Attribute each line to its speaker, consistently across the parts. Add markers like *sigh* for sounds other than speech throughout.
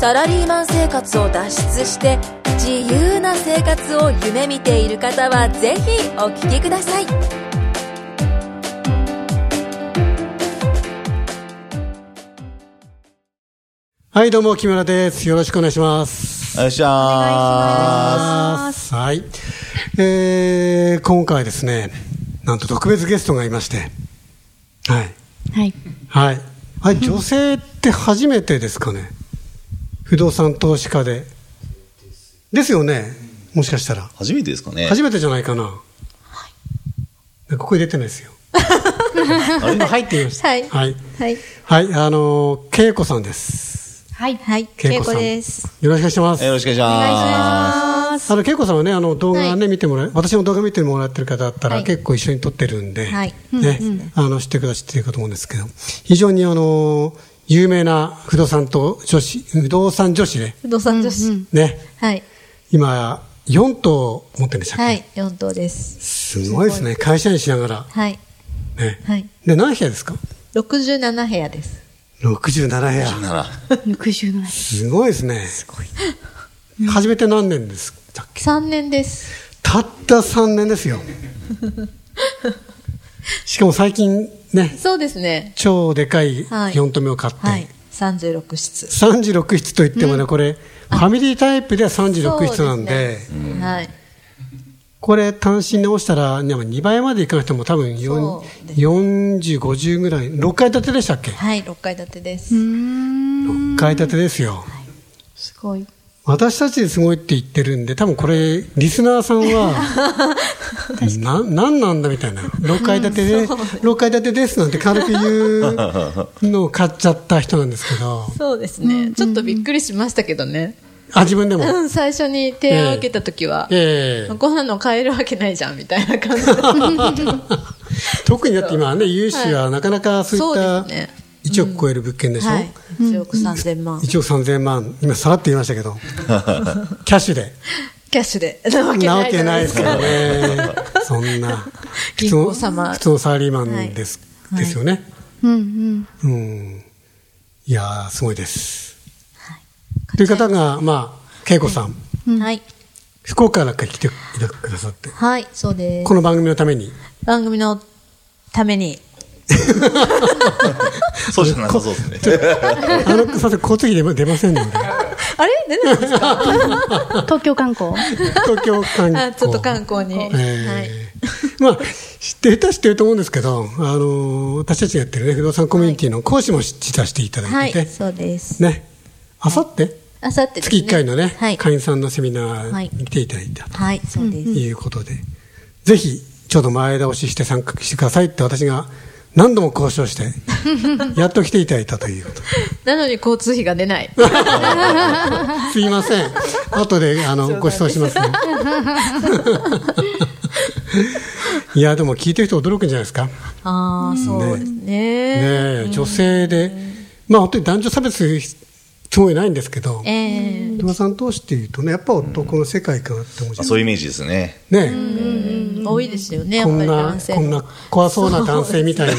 Speaker 1: サラリーマン生活を脱出して自由な生活を夢見ている方はぜひお聞きください
Speaker 2: はい、どうも、木村です。よろしくお願いします。
Speaker 3: お願いしま
Speaker 2: はい。えー、今回ですね、なんと特別ゲストがいまして、はい。
Speaker 4: はい。
Speaker 2: はい。はい、女性って初めてですかね。不動産投資家で。ですよね、もしかしたら。
Speaker 3: す。初めてですかね。
Speaker 2: 初めてじゃないかな。ここに出てないですよ。
Speaker 3: あれ
Speaker 2: 入ってみました。
Speaker 4: はい
Speaker 2: はい。
Speaker 4: はい。
Speaker 2: はい、あのー、恵子さんです。
Speaker 4: はい。はい。
Speaker 2: 恵
Speaker 4: 恵
Speaker 2: 子
Speaker 4: 子
Speaker 2: さん
Speaker 4: です。
Speaker 2: よろしくお願いします
Speaker 3: よ。ろしくお願いしま
Speaker 2: あの恵子さんはねあの動画ね、
Speaker 4: はい
Speaker 2: 見てもらえ私の動画見てもらってる方だったら、
Speaker 4: はい
Speaker 2: 結構一緒に撮ってるんで、
Speaker 4: はい
Speaker 2: ねあの知ってくださってるかと思うんですけど非常にあの有名な不動産と女子不動産女子ね
Speaker 4: 不動産女子。
Speaker 2: ね
Speaker 4: はい。
Speaker 2: 今4棟持ってるんでしたっけ、
Speaker 4: はい。四棟です。
Speaker 2: すごいですね会社員しながら
Speaker 4: はい。
Speaker 2: ね、
Speaker 4: はい
Speaker 2: で何部屋ですか
Speaker 4: 六十七部屋です。
Speaker 2: 67部屋
Speaker 3: す。なら、
Speaker 5: 67
Speaker 2: すごいですね *laughs* 初めて何年ですか
Speaker 4: 三年です。
Speaker 2: たった3年です
Speaker 4: *laughs*
Speaker 2: よしかも最近ね
Speaker 4: そうですね。
Speaker 2: 超でかい
Speaker 4: はい
Speaker 2: 4棟目を買って、
Speaker 4: はい。三十六室。
Speaker 2: 36室といってもね、これファミリータイプでは36室なんで
Speaker 4: そうですねはい。
Speaker 2: これ単身直したら2倍までいかなくても多分
Speaker 4: そうです
Speaker 2: 4050ぐらい6階建てでしたっけ、
Speaker 4: はい。六階建てです。
Speaker 2: 6階建てですよ
Speaker 5: すごい
Speaker 2: 私たちですごいって言ってるんで多分これリスナーさんは
Speaker 4: *laughs*
Speaker 2: な何なんだみたいな6階建てで、6階建てですなんて軽く言うのを買っちゃった人なんですけど
Speaker 4: そうですね。ちょっとびっくりしましたけどね。
Speaker 2: あ自分でも、
Speaker 4: うん。最初に提案を受けた時は。 *laughs*
Speaker 2: ええ
Speaker 4: こんなの買えるわけないじゃんみたいな感じ *laughs* で
Speaker 2: 特にだって今はね融資はなかなかそうい
Speaker 4: そ
Speaker 2: っ
Speaker 4: う
Speaker 2: た
Speaker 4: ですね
Speaker 2: 1億超える物件でしょ、
Speaker 4: はい1億3000万
Speaker 2: 1億3000万今さらって言いましたけ
Speaker 4: *laughs*
Speaker 2: どキャッシュで
Speaker 4: キャッシュでなわけ
Speaker 2: な
Speaker 4: な
Speaker 2: わ
Speaker 4: いじ
Speaker 2: け
Speaker 4: ゃな
Speaker 2: ないい
Speaker 4: で
Speaker 2: ですす
Speaker 4: か
Speaker 2: けどねそんな普
Speaker 4: 銀
Speaker 2: 通の
Speaker 4: 行様
Speaker 2: 普通のサラリーマンです,、
Speaker 4: はい
Speaker 2: ですよね、
Speaker 5: うんうん
Speaker 2: うんいやーすごいです、という方がまあ恵子さん、
Speaker 4: はい
Speaker 2: 福岡なんか来てくださって
Speaker 4: はい、そうです
Speaker 2: こ。の番組のた
Speaker 4: *laughs*
Speaker 2: めに
Speaker 4: 番組のために。
Speaker 3: そうじゃなさそうですね。 *laughs*
Speaker 2: あのすいません交通費で出ません
Speaker 4: *laughs*
Speaker 2: ので
Speaker 4: あれ出ないですか
Speaker 5: 東京観光
Speaker 2: 東京観光
Speaker 4: あちょっと観光に。はい。
Speaker 2: えーまあ、知ってる人は知ってると思うんですけど、あのー私たちがやってるね、不動産コミュニティの講師も実はしていただ
Speaker 4: はい
Speaker 2: て
Speaker 4: い、
Speaker 2: て、
Speaker 4: そうです。
Speaker 2: ね、あさって、
Speaker 4: あさってです
Speaker 2: 月
Speaker 4: ね。
Speaker 2: 1回のね、
Speaker 4: はい。
Speaker 2: 会員さんのセミナーに来ていただいた
Speaker 4: はい、そうで
Speaker 2: と
Speaker 4: す。
Speaker 2: いうことで、ぜひ、ちょうど前倒しして参加してくださいって私が何度も交渉
Speaker 4: *laughs*
Speaker 2: して、やっと来ていただいたということで。
Speaker 4: なのに交通費が出 *laughs* ない。
Speaker 2: すいません。後で、あの、ご馳走し
Speaker 4: *laughs*
Speaker 2: ますね。いや、でも聞いてる人驚くんじゃないですか。
Speaker 4: ああ、そうですね。
Speaker 2: ねえ、女性で、まあ本当に男女差別すごいないんですけど、
Speaker 4: ええ。
Speaker 2: 不動産投資っていうとね、やっぱ男の世界かなって思うじゃ
Speaker 3: そういうイメージですね。
Speaker 2: ないね
Speaker 4: うん多いですよね、
Speaker 2: え、
Speaker 4: やっ
Speaker 2: こ
Speaker 4: ぱ
Speaker 2: ん
Speaker 4: り
Speaker 2: な
Speaker 4: 男、性
Speaker 2: こん
Speaker 4: も。
Speaker 2: な怖そうな男性みたいな、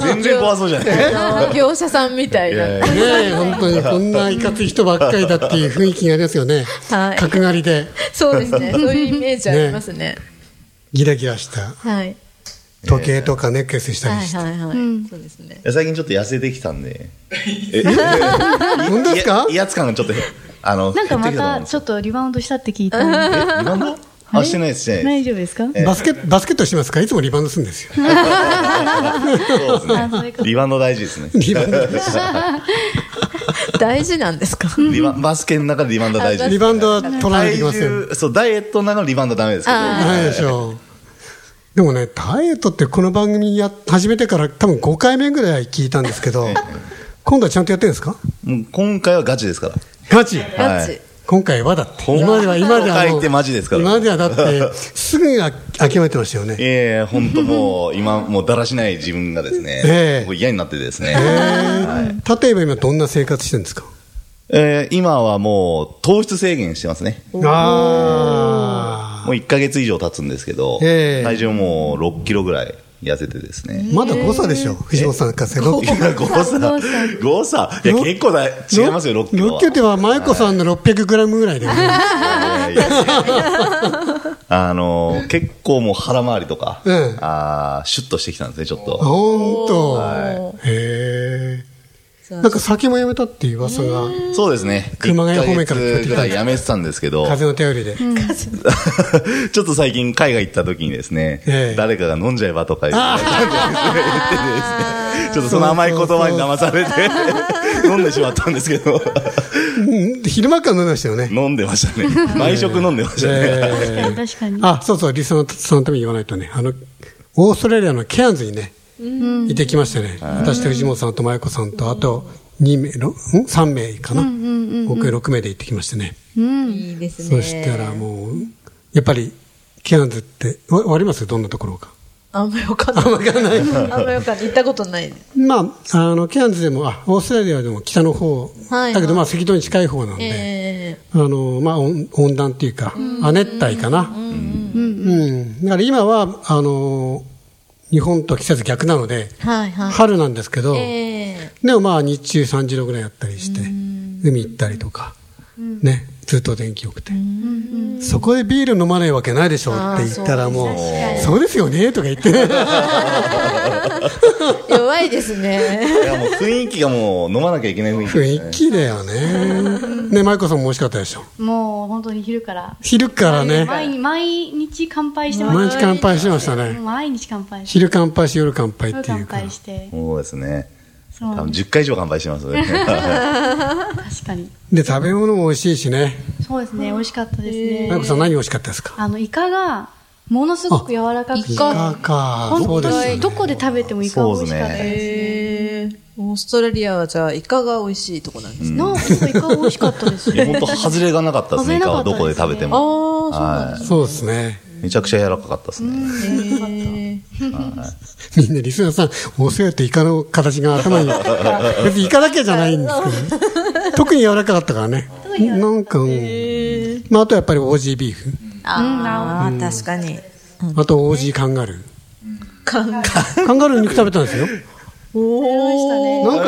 Speaker 3: 全然怖そうじゃない。
Speaker 4: あー業者さんみたい
Speaker 3: い
Speaker 4: な。
Speaker 3: やいや
Speaker 2: ねえ、本当にこんないかつい人ばっかりだっていう雰囲気がありますよね
Speaker 4: は。い
Speaker 2: 角刈りで、
Speaker 4: そうですね。そういうイメージありますね。
Speaker 2: ギラギラした、
Speaker 4: はい。
Speaker 2: 時計とかネックレスした
Speaker 4: は
Speaker 2: り
Speaker 4: い
Speaker 2: して。
Speaker 4: はいはい。そうですね。
Speaker 3: 最近ちょっと痩せてきたんで。え、
Speaker 2: 本当ですか
Speaker 3: いや威圧感がちょっと、あの、
Speaker 5: なんかま
Speaker 3: 減
Speaker 5: た
Speaker 3: ってき
Speaker 5: ちょっとリバウンドしたって聞いた
Speaker 2: *laughs*
Speaker 5: んで
Speaker 3: たと思いますえ、リバウンドあ、してないですね。
Speaker 5: 大丈夫ですか
Speaker 2: バスケバスケットしてますかいつもリバウンドするんですよ。
Speaker 3: *laughs* そうです
Speaker 5: あそうい
Speaker 3: ね
Speaker 5: うこ。と
Speaker 3: リバウンド大事ですね。
Speaker 2: リバウンド
Speaker 4: 大事なんですか
Speaker 3: リババスケの中でリバウンド大事です。
Speaker 2: リバウンドは取らないとい
Speaker 3: 体
Speaker 2: けません。
Speaker 3: 重、そう、ダイエットの中のリバウンドはダメですけど。
Speaker 2: ないでしょう。でもね、ダイエットってこの番組や始めてから多分5回目ぐらい聞いたんですけど、今度はちゃんとやってるんですか
Speaker 3: もう今回はガチですから。
Speaker 2: ガチ
Speaker 4: ガチ。
Speaker 2: 今回はだって。
Speaker 3: ほん
Speaker 2: 今までは、今まではも
Speaker 3: 今回
Speaker 2: う。
Speaker 3: ってマジですから
Speaker 2: 今まではだって、すぐあ諦めてましたよね。
Speaker 3: ええ本当もう、今、もうだらしない自分がですね、
Speaker 2: ええ
Speaker 3: もう嫌になってですね、
Speaker 2: えー例えば今どんな生活してるんですか
Speaker 3: ええ今はもう糖質制限してますね。
Speaker 2: ああ
Speaker 3: もう1ヶ月以上経つんですけど、
Speaker 2: ええ
Speaker 3: 体重もう6キロぐらい痩せてですね。
Speaker 2: まだ誤差でしょ、藤本さんからすれば
Speaker 3: いや誤差
Speaker 5: 誤
Speaker 3: 誤差いや
Speaker 2: ろ
Speaker 3: 結構だ *laughs* 違いますよ6キロは
Speaker 2: 6キロっては、舞子さんの600グラムぐらいで、
Speaker 3: いやいやいやあの結構もう腹回りとか、
Speaker 2: うん
Speaker 3: あーシュッとしてきたんですねちょっと
Speaker 2: ほんと。
Speaker 4: は
Speaker 2: へえ。なんか酒もやめたっていう噂が、
Speaker 3: そうですね
Speaker 2: 熊谷方面から聞こえてきた
Speaker 3: 1ヶ月ぐらいやめてたんですけど
Speaker 2: 風の頼りで。
Speaker 3: *laughs* ちょっと最近海外行った時にですね、
Speaker 2: ええ
Speaker 3: 誰かが飲んじゃえばとか言って言ってですねちょっとその甘い言葉に騙されて飲んでしまったんですけど
Speaker 2: うん昼間から飲んでましたよね。
Speaker 3: *laughs* 飲んでましたね毎食飲んでましたね、
Speaker 2: えー
Speaker 5: 確かに。
Speaker 2: あ、そうそう、リスナーさんのために言わないとね、あの、オーストラリアのケアンズにね、いてきましてね、私と藤本さんと舞子さんと、あと、2名、ろん ?3 名かな合計6名で行ってきましてね。
Speaker 5: うん。
Speaker 4: いいですね。
Speaker 2: そしたらもう、やっぱり、ケアンズって、わわかりますどんなところか。
Speaker 4: あんまりわかんない。あんまりわかんない。行ったことない。
Speaker 2: まあ、あの、ケアンズでも、あ、オーストラリアでも北の方、
Speaker 4: はい
Speaker 2: だけど、まあ、赤道に近い方なんで、
Speaker 4: ええ
Speaker 2: あのまあ、温温暖っていうか、亜熱帯かな、うんだから今はあの日本と季節逆なので、
Speaker 4: はいはい。
Speaker 2: 春なんですけど、
Speaker 4: ええ
Speaker 2: でもまあ日中30度ぐらいあったりして、海行ったりとか、ね、ずっと天気良くて、そこでビール飲まないわけないでしょって言ったら、もう、そうですよねとか言って、
Speaker 4: 弱いですね。
Speaker 3: いやもう雰囲気がもう飲まなきゃいけない雰囲気ですね
Speaker 2: 雰囲気だよね。ね、舞子さんも美味しかったでしょ。
Speaker 5: もう本当に昼から。
Speaker 2: 昼からね、
Speaker 5: 毎日毎日乾杯してま
Speaker 2: 毎
Speaker 5: し
Speaker 2: 日
Speaker 5: た。
Speaker 2: 乾杯してましたね。
Speaker 5: 毎日乾杯して。
Speaker 2: 昼乾杯し夜乾杯ってい
Speaker 5: 乾
Speaker 2: うか
Speaker 5: 杯。して。
Speaker 3: そうですね。
Speaker 5: そ
Speaker 3: 多
Speaker 5: う
Speaker 3: 分10回以上乾杯してますね。
Speaker 2: *laughs*
Speaker 5: 確かに。
Speaker 2: で、食べ物も美味しいしね。
Speaker 5: そうですね。美味しかったですね
Speaker 2: まゆ。こさん何美味しかったですか
Speaker 5: あの、イカが、ものすごく柔らかくて。
Speaker 4: イカ
Speaker 2: か。そ
Speaker 5: 本
Speaker 2: うで
Speaker 5: 当
Speaker 2: すよ
Speaker 5: に、
Speaker 2: ね
Speaker 5: どこで食べてもイカ美味しかったです。
Speaker 4: ええオーストラリアはじゃあ、イカが美味しいとこなんですね。
Speaker 5: なんかイカ美味しかったです
Speaker 3: いや
Speaker 5: ね。
Speaker 3: 本当外れがなかったですね。イカはどこで食べても。
Speaker 4: あ
Speaker 3: は
Speaker 4: あ、そうなん
Speaker 2: そうですね。
Speaker 3: い。めちゃくちゃ柔らかかったですね。
Speaker 4: だね。
Speaker 2: みんなリスナーさん、お世話ってイカの形が頭に。別にイカだけじゃないんですけどね。特に柔らかかったからね。なんか、うんまあ、あとやっぱりオージービーフ。
Speaker 4: ああ、確かに。
Speaker 2: あとオージーカンガルー。
Speaker 4: カンガル
Speaker 2: カンガルー肉食べたんですよ。なんか
Speaker 3: 食べ
Speaker 4: お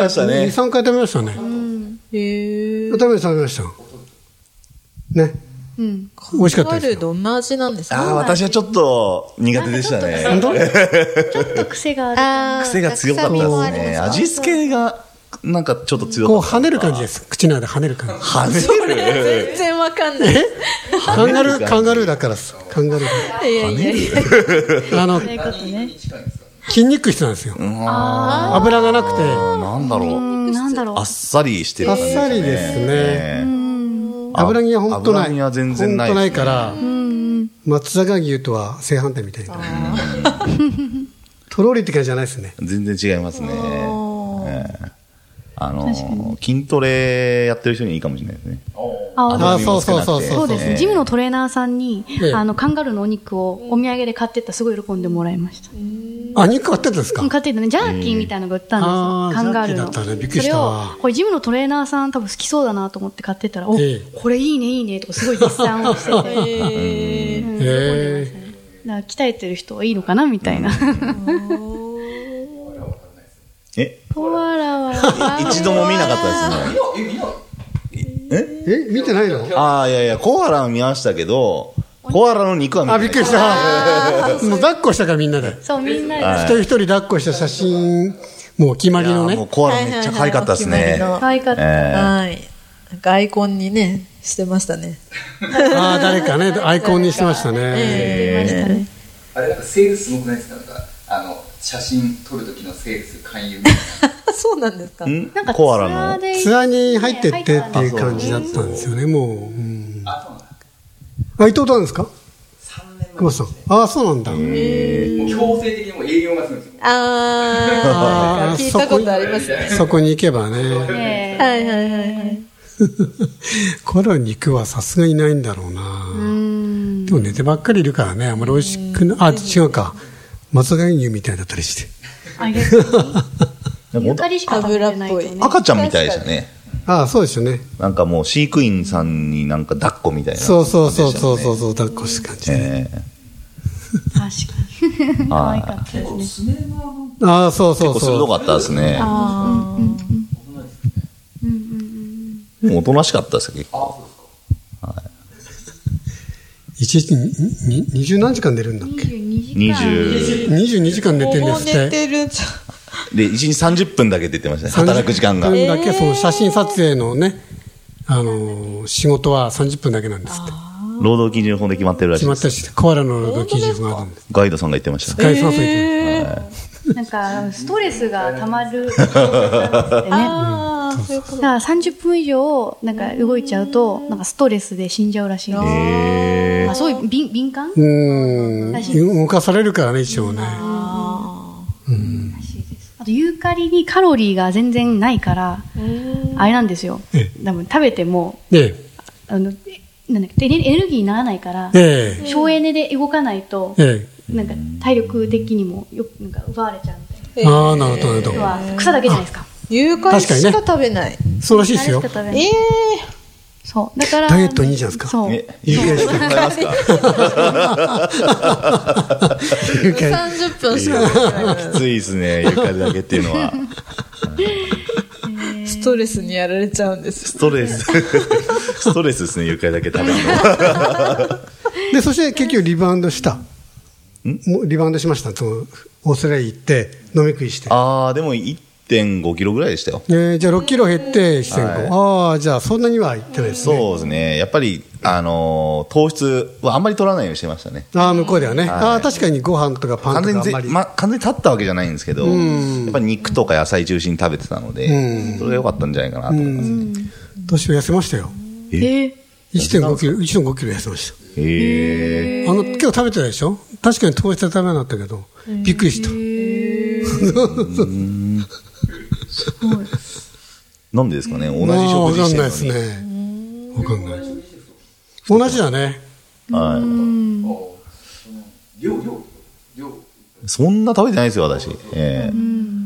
Speaker 3: ましたね
Speaker 2: 2、3回食べましたね。
Speaker 4: へえ。
Speaker 2: 食べました、食べました。ね。
Speaker 5: うん。
Speaker 2: 美味しかった
Speaker 4: カ
Speaker 2: で
Speaker 4: ンガ
Speaker 2: す
Speaker 4: ルー
Speaker 2: よ。
Speaker 4: どんな味なんです
Speaker 3: ああ、
Speaker 4: か
Speaker 3: 私はちょっと苦手でしたね。
Speaker 5: ちょっと癖がある。
Speaker 4: あ
Speaker 3: 癖が強かったですね。味付けが、なんかちょっと強
Speaker 2: こう
Speaker 3: かった。
Speaker 2: 跳ねる感じです。口の中で跳ねる感じ。
Speaker 3: 跳ねる
Speaker 4: 全然わかんない。
Speaker 2: カンガルー、カンガルーだからっす。カンガルー。
Speaker 4: いやいやいや。
Speaker 2: あの、
Speaker 5: そういうことね。
Speaker 2: 筋肉質なんですよ。油がなくて、
Speaker 3: なんだろ
Speaker 5: う
Speaker 3: う。
Speaker 5: ん、なんだろう
Speaker 3: あっ。さりしてる感じ
Speaker 2: あっさりですね
Speaker 3: ね。
Speaker 2: 油には本当ない。
Speaker 3: 油には全然ない
Speaker 2: 本当
Speaker 3: です
Speaker 2: な
Speaker 3: ね
Speaker 2: いから、松坂牛とは正反対みたいな。 *laughs* とろりって感じじゃないですね。
Speaker 3: 全然違いますね。ええあの、筋トレやってる人にいいかもしれないですね。
Speaker 5: あ
Speaker 2: あ
Speaker 3: 脂身も少なくて
Speaker 2: そうそうそう
Speaker 5: そうですね。ジムのトレーナーさんに
Speaker 2: ええ、
Speaker 5: あの、カンガルーのお肉をお土産で買ってったすごい喜んでもらいました。
Speaker 2: あ、肉買ってたんですか
Speaker 5: うん買ってったね、ジャーキーみたいなのが売ったん
Speaker 2: あー
Speaker 5: ですよ。カンガルー
Speaker 2: ジャーキーだったねびっ
Speaker 5: の。
Speaker 2: くり
Speaker 5: そ
Speaker 2: し
Speaker 5: れ
Speaker 2: たわ
Speaker 5: を、これジムのトレーナーさん多分好きそうだなと思って買ってったら、お
Speaker 2: ええ、
Speaker 5: これいいねいいねとかすごい絶賛をして
Speaker 2: *laughs*
Speaker 5: て。
Speaker 4: え
Speaker 5: うん
Speaker 2: へえ
Speaker 5: だから鍛えてる人はいいのかなみたいな。
Speaker 3: え
Speaker 5: わらわら。
Speaker 3: 一度も見なかったですね。
Speaker 2: え、見てないの
Speaker 3: ああ、いやいや、コアラを見ましたけど、コアラの肉は見
Speaker 2: あ、
Speaker 3: た
Speaker 2: びっくり
Speaker 5: *laughs*
Speaker 2: した。もう抱っこしたからみんなで。
Speaker 5: そう、みんなで。
Speaker 2: 一人一人抱っこした写真、もうお決まりの
Speaker 3: いやもう
Speaker 2: ね。
Speaker 3: コアラめっちゃ可愛かったです
Speaker 4: はいは
Speaker 3: ね
Speaker 4: い。はい
Speaker 5: 可愛かった。
Speaker 3: えー
Speaker 4: はい。なんかアイコンにね、してましたね。
Speaker 2: ああ、誰かね、アイコンにしてましたね。
Speaker 5: いましたね。
Speaker 6: あれなんかセールスすごくないですかなんかあの写真撮る時のセールス勧誘みたいな
Speaker 4: *laughs* そうなんですか
Speaker 3: ん
Speaker 5: なんかツ
Speaker 3: コア
Speaker 5: ア
Speaker 3: ラ
Speaker 5: ー
Speaker 3: の。
Speaker 5: で
Speaker 2: ツアーに入ってってっていう感じだったんですよね、もう。うんあ、伊藤となんですか熊さん。ああ、そうなんだ。
Speaker 6: もう強制的にもう営業がするんですよ
Speaker 4: あ
Speaker 2: あー
Speaker 4: あ、聞いたことありますね。
Speaker 2: そこに行けばね。
Speaker 5: ね
Speaker 4: はいはいはいはい。
Speaker 2: コアラの肉はさすがにないんだろうな。でも寝てばっかりいるからね、あんまり美味しくな、あ、違うか。松阪牛みたいだったりして。
Speaker 5: あ
Speaker 2: *laughs*
Speaker 5: げる。
Speaker 3: なんか
Speaker 5: ゆ
Speaker 3: 本当
Speaker 5: かりしか食べてないと
Speaker 4: 油っぽ
Speaker 5: ね。
Speaker 3: 赤ちゃんみたいでしたね。
Speaker 2: ああ、そうですよね。
Speaker 3: なんかもう飼育員さんになんか抱っこみたいな、。
Speaker 2: そうそうそうそうそううそう、抱っこした感じで。
Speaker 3: ええ
Speaker 5: 確かに。可愛かったですね。
Speaker 2: ああ、そうそう
Speaker 3: 結構鋭
Speaker 2: そ
Speaker 3: かったですね。
Speaker 5: うんうんうん。
Speaker 3: でもおとなしかったですよ結構。
Speaker 2: う。一日に、に、20何時間寝るんだっけ
Speaker 5: 22時間。
Speaker 3: 20
Speaker 2: ?22 時間寝てるんで
Speaker 4: もう
Speaker 2: す
Speaker 4: 寝
Speaker 2: って。
Speaker 4: てるじ
Speaker 3: で、1日30分だけ出てましたね。働く時間が。
Speaker 2: 30分だけ、その写真撮影のね、あのー、仕事は30分だけなんですって。
Speaker 3: 労働基準法で決まってるら
Speaker 2: 決
Speaker 3: しい
Speaker 2: ま
Speaker 3: で
Speaker 2: った
Speaker 3: す。
Speaker 2: し、コアラの動き順があるんです。
Speaker 3: ガイドさんが言ってました。
Speaker 2: 外産水で
Speaker 5: なんか、ストレスが溜
Speaker 2: *laughs*
Speaker 5: まる人だったんですってね。
Speaker 4: ゃん。そういうこ
Speaker 5: だから30分以上、なんか動いちゃうと、なんかストレスで死んじゃうらしいです。まあそういう敏敏感ら
Speaker 2: うーん動かされるからね一応ね
Speaker 5: しいです。あと、ユーカリにカロリーが全然ないから、あれなんですよ
Speaker 2: え。
Speaker 5: 多分食べても、
Speaker 2: え
Speaker 5: あの、えなんだっけ、エネエネルギーにならないから
Speaker 2: え、え
Speaker 5: 省エネで動かないと
Speaker 2: え、え
Speaker 5: なんか体力的にもよくなんか奪われちゃうみたい
Speaker 2: え
Speaker 5: な。
Speaker 2: ああなるほどなるほ
Speaker 5: 要
Speaker 2: ど
Speaker 5: は草だけじゃないですか。
Speaker 4: と。有害しか
Speaker 2: 確
Speaker 4: 食べない。
Speaker 2: そうらしいですよ
Speaker 5: あれしか食べない
Speaker 4: ええ
Speaker 5: そう。だから。
Speaker 2: ダイエットにいいじゃないですか
Speaker 5: そう。
Speaker 3: え、い *laughs* いですかございますか
Speaker 4: ー、30分しか食べない。
Speaker 3: きついですね、ゆかりだけっていうのは。
Speaker 4: ストレスにやられちゃうんです。
Speaker 3: ストレ *laughs* ス、ストレスですね、ゆかりだけ食べるのは。
Speaker 2: *laughs* でそして結局リバウンドしたもうリバウンドしましたそのオーストラリア行って飲み食いして、
Speaker 3: *laughs* あー、でも1.5キロぐらいでしたよ。
Speaker 2: えーじゃあ6キロ減って7.5、ああじゃあそんなには行ってないですね
Speaker 3: そうですね。やっぱり、あのー、糖質はあんまり取らないようにしてましたね。
Speaker 2: ああ向こうではね、ああ確かにご飯とかパンと
Speaker 3: 完
Speaker 2: かあん
Speaker 3: 全に
Speaker 2: ま
Speaker 3: ぜ、
Speaker 2: り、
Speaker 3: ま、完全に立ったわけじゃないんですけど、やっぱり肉とか野菜中心に食べてたので、それが良かったんじゃないかなと思いますね。
Speaker 2: 年を痩せましたよ
Speaker 5: えー
Speaker 2: 1.5キロ1.5キロ痩せました
Speaker 3: へえ。
Speaker 2: あの結構食べてないでしょ確かに糖質は食べなかったけどびっくりした *laughs*
Speaker 3: なんでですかね同
Speaker 2: ま
Speaker 3: じ
Speaker 2: あ
Speaker 3: 食事してるの
Speaker 2: わかんない
Speaker 3: に
Speaker 2: ですね。わかんない。同じだね。
Speaker 3: は
Speaker 6: 量量量
Speaker 3: い。そんな食べてないですよ、私。ええ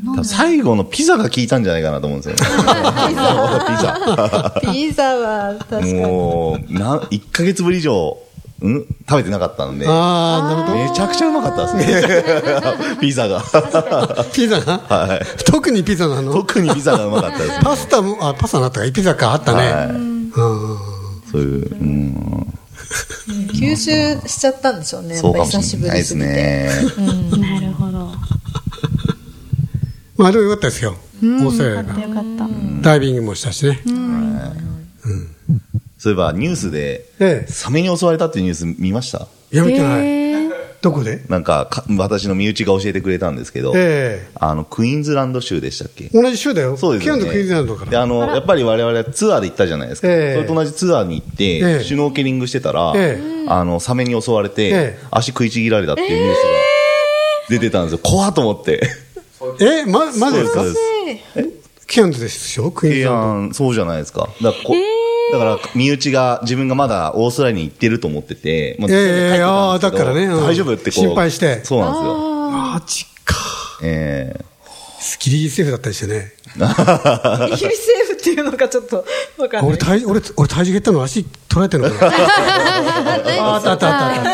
Speaker 3: 多分最後のピザが効いたんじゃないかなと思うんですよね。
Speaker 4: ピザは確か
Speaker 3: ピザ。
Speaker 4: に。
Speaker 3: もう、な、1ヶ月ぶり以上、ん食べてなかったんで、
Speaker 2: ああ、なる
Speaker 3: めちゃくちゃうまかったですね。 *laughs* ピザが。
Speaker 2: ほど。ピザが、
Speaker 3: はい。
Speaker 2: 特にピザなの
Speaker 3: 特にピザがうまかっ
Speaker 2: *laughs*
Speaker 3: たですね。
Speaker 2: パスタも、あ、パスタなったか、ピザかあったね。
Speaker 3: は
Speaker 2: うん
Speaker 3: い。そういう、うん。
Speaker 4: 吸収しちゃったんでしょうね。や
Speaker 3: そ
Speaker 4: っ
Speaker 3: う
Speaker 4: ぱ
Speaker 3: かも
Speaker 4: 久し
Speaker 3: しれ
Speaker 4: ぶ
Speaker 3: ない
Speaker 4: り
Speaker 3: ですす
Speaker 4: ぎて。
Speaker 3: ね。
Speaker 5: なるほど。
Speaker 2: まあ、でもよかったですよ。オーストラリアが。
Speaker 5: よかった。
Speaker 2: ダイビングもしたしね。
Speaker 3: そういえば、ニュースで、
Speaker 2: え
Speaker 3: サメに襲われたっていうニュース見ました
Speaker 2: え。やめてない。
Speaker 5: えー
Speaker 2: どこで
Speaker 3: なんかか、私の身内が教えてくれたんですけど、
Speaker 2: え
Speaker 3: あの、クイーンズランド州でしたっけ
Speaker 2: え。同じ州だよ。
Speaker 3: そうです
Speaker 2: ケアン
Speaker 3: よね。
Speaker 2: ドクイズランドか
Speaker 3: で、
Speaker 2: ら。
Speaker 3: あの、やっぱり我々ツアーで行ったじゃないですか。
Speaker 2: ええ
Speaker 3: それと同じツアーに行って、
Speaker 2: ええ
Speaker 3: シュノーケリングしてたら、
Speaker 2: え
Speaker 3: あの、サメに襲われて、
Speaker 2: ええ
Speaker 3: 足食いちぎられたっていうニュースが出てたんですよ。怖っと思って。
Speaker 2: え、ま、まだですか
Speaker 3: そうです。
Speaker 2: ケアンドでしょクイズ
Speaker 3: 提
Speaker 2: ランド。
Speaker 3: 案、そうじゃないですか。だからこ、だから身内が、自分がまだオーストラリアに行ってると思ってて、まあ
Speaker 2: ええ
Speaker 3: 実際に帰ってたんですけど
Speaker 2: ああだからねうん
Speaker 3: 大丈夫ってこう。
Speaker 2: 心配して
Speaker 3: そうなんですよ。
Speaker 2: マジか。
Speaker 3: ええ
Speaker 2: ギリギリセーフだったりしてね。
Speaker 4: イギリス政府っていうのがちょっとわかんな
Speaker 2: 俺
Speaker 4: い。
Speaker 2: 体、俺、俺体重減ったの足取られてるのかなああったあったあったあっ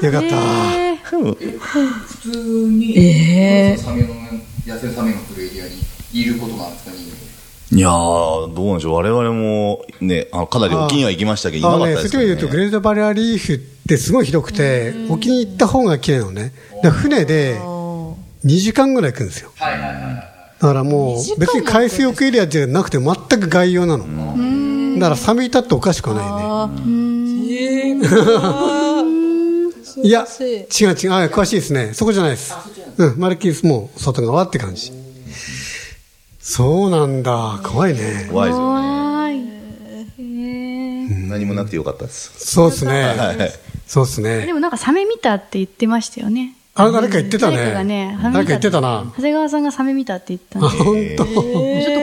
Speaker 2: た。よかった。
Speaker 6: 普通に、
Speaker 4: え
Speaker 6: サメの痩せるサメが来るエリアにいることなんですか人間
Speaker 3: いやー、どうなんでしょう。我々も、ね、あのかなり沖には行きましたけど、い
Speaker 2: あ
Speaker 3: なか
Speaker 2: の
Speaker 3: っ
Speaker 2: ね、
Speaker 3: たで
Speaker 2: そうい
Speaker 3: す
Speaker 2: う意味で言うと、グレートバリアリーフってすごい広くて、沖に行った方が綺麗なのね。だから船で2時間ぐらい行くんですよ。
Speaker 6: はいはいはいはい
Speaker 2: だからもう、別に海水浴エリアじゃなくて、全く外洋なの。だからサメいたっておかしくはないね。いや、違う違う、あ詳しいですね。そこじゃないです。うん、マルキースもう外側って感じ。そうなんだ、怖いね。
Speaker 3: 怖いですよね。
Speaker 5: 怖い。えー
Speaker 3: 何もなくてよかったです。
Speaker 2: そうですね。そうですね
Speaker 5: で。もなんかサメ見たって言ってましたよね。
Speaker 2: あれ、誰か言ってたね。
Speaker 5: 誰かがね
Speaker 2: 誰か言ってたな。
Speaker 5: 長谷川さんがサメ見たって言ったん
Speaker 2: あ、
Speaker 5: で、
Speaker 2: 本当。
Speaker 5: ちょっと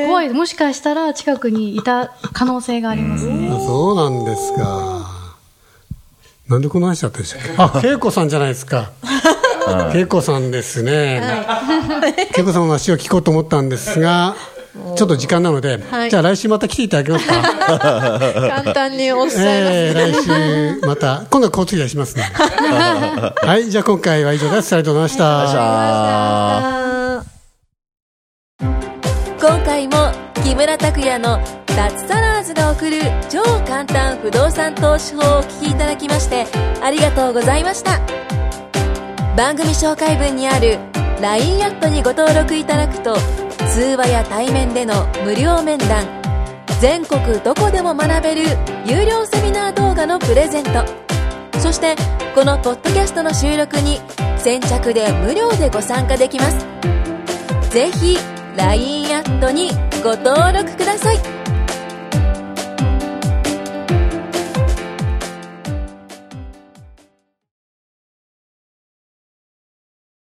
Speaker 5: 怖い。もしかしたら近くにいた可能性がありますね。
Speaker 2: あそうなんですか。なんでこの話だったんでしたっけ *laughs* あ、恵子さんじゃないですか。恵子さんですね。恵子さんの話を聞こうと思ったんです
Speaker 4: *laughs*
Speaker 2: が、ちょっと時間なので、
Speaker 4: はい
Speaker 2: じゃあ来週また来ていただけますか。
Speaker 4: 簡単におっしゃいます
Speaker 2: え
Speaker 4: ね
Speaker 2: ー来週また、今度は交通費出し *laughs* ますね。はい、じゃあ今回は以上です。ありがとうございました。
Speaker 1: 今回も木村拓哉の脱サラーズが送る超簡単不動産投資法をお聞きいただきましてありがとうございました番組紹介文にある LINE アットにご登録いただくと通話や対面での無料面談全国どこでも学べる有料セミナー動画のプレゼントそしてこのポッドキャストの収録に先着で無料でご参加できますぜひ LINE アットにご登録ください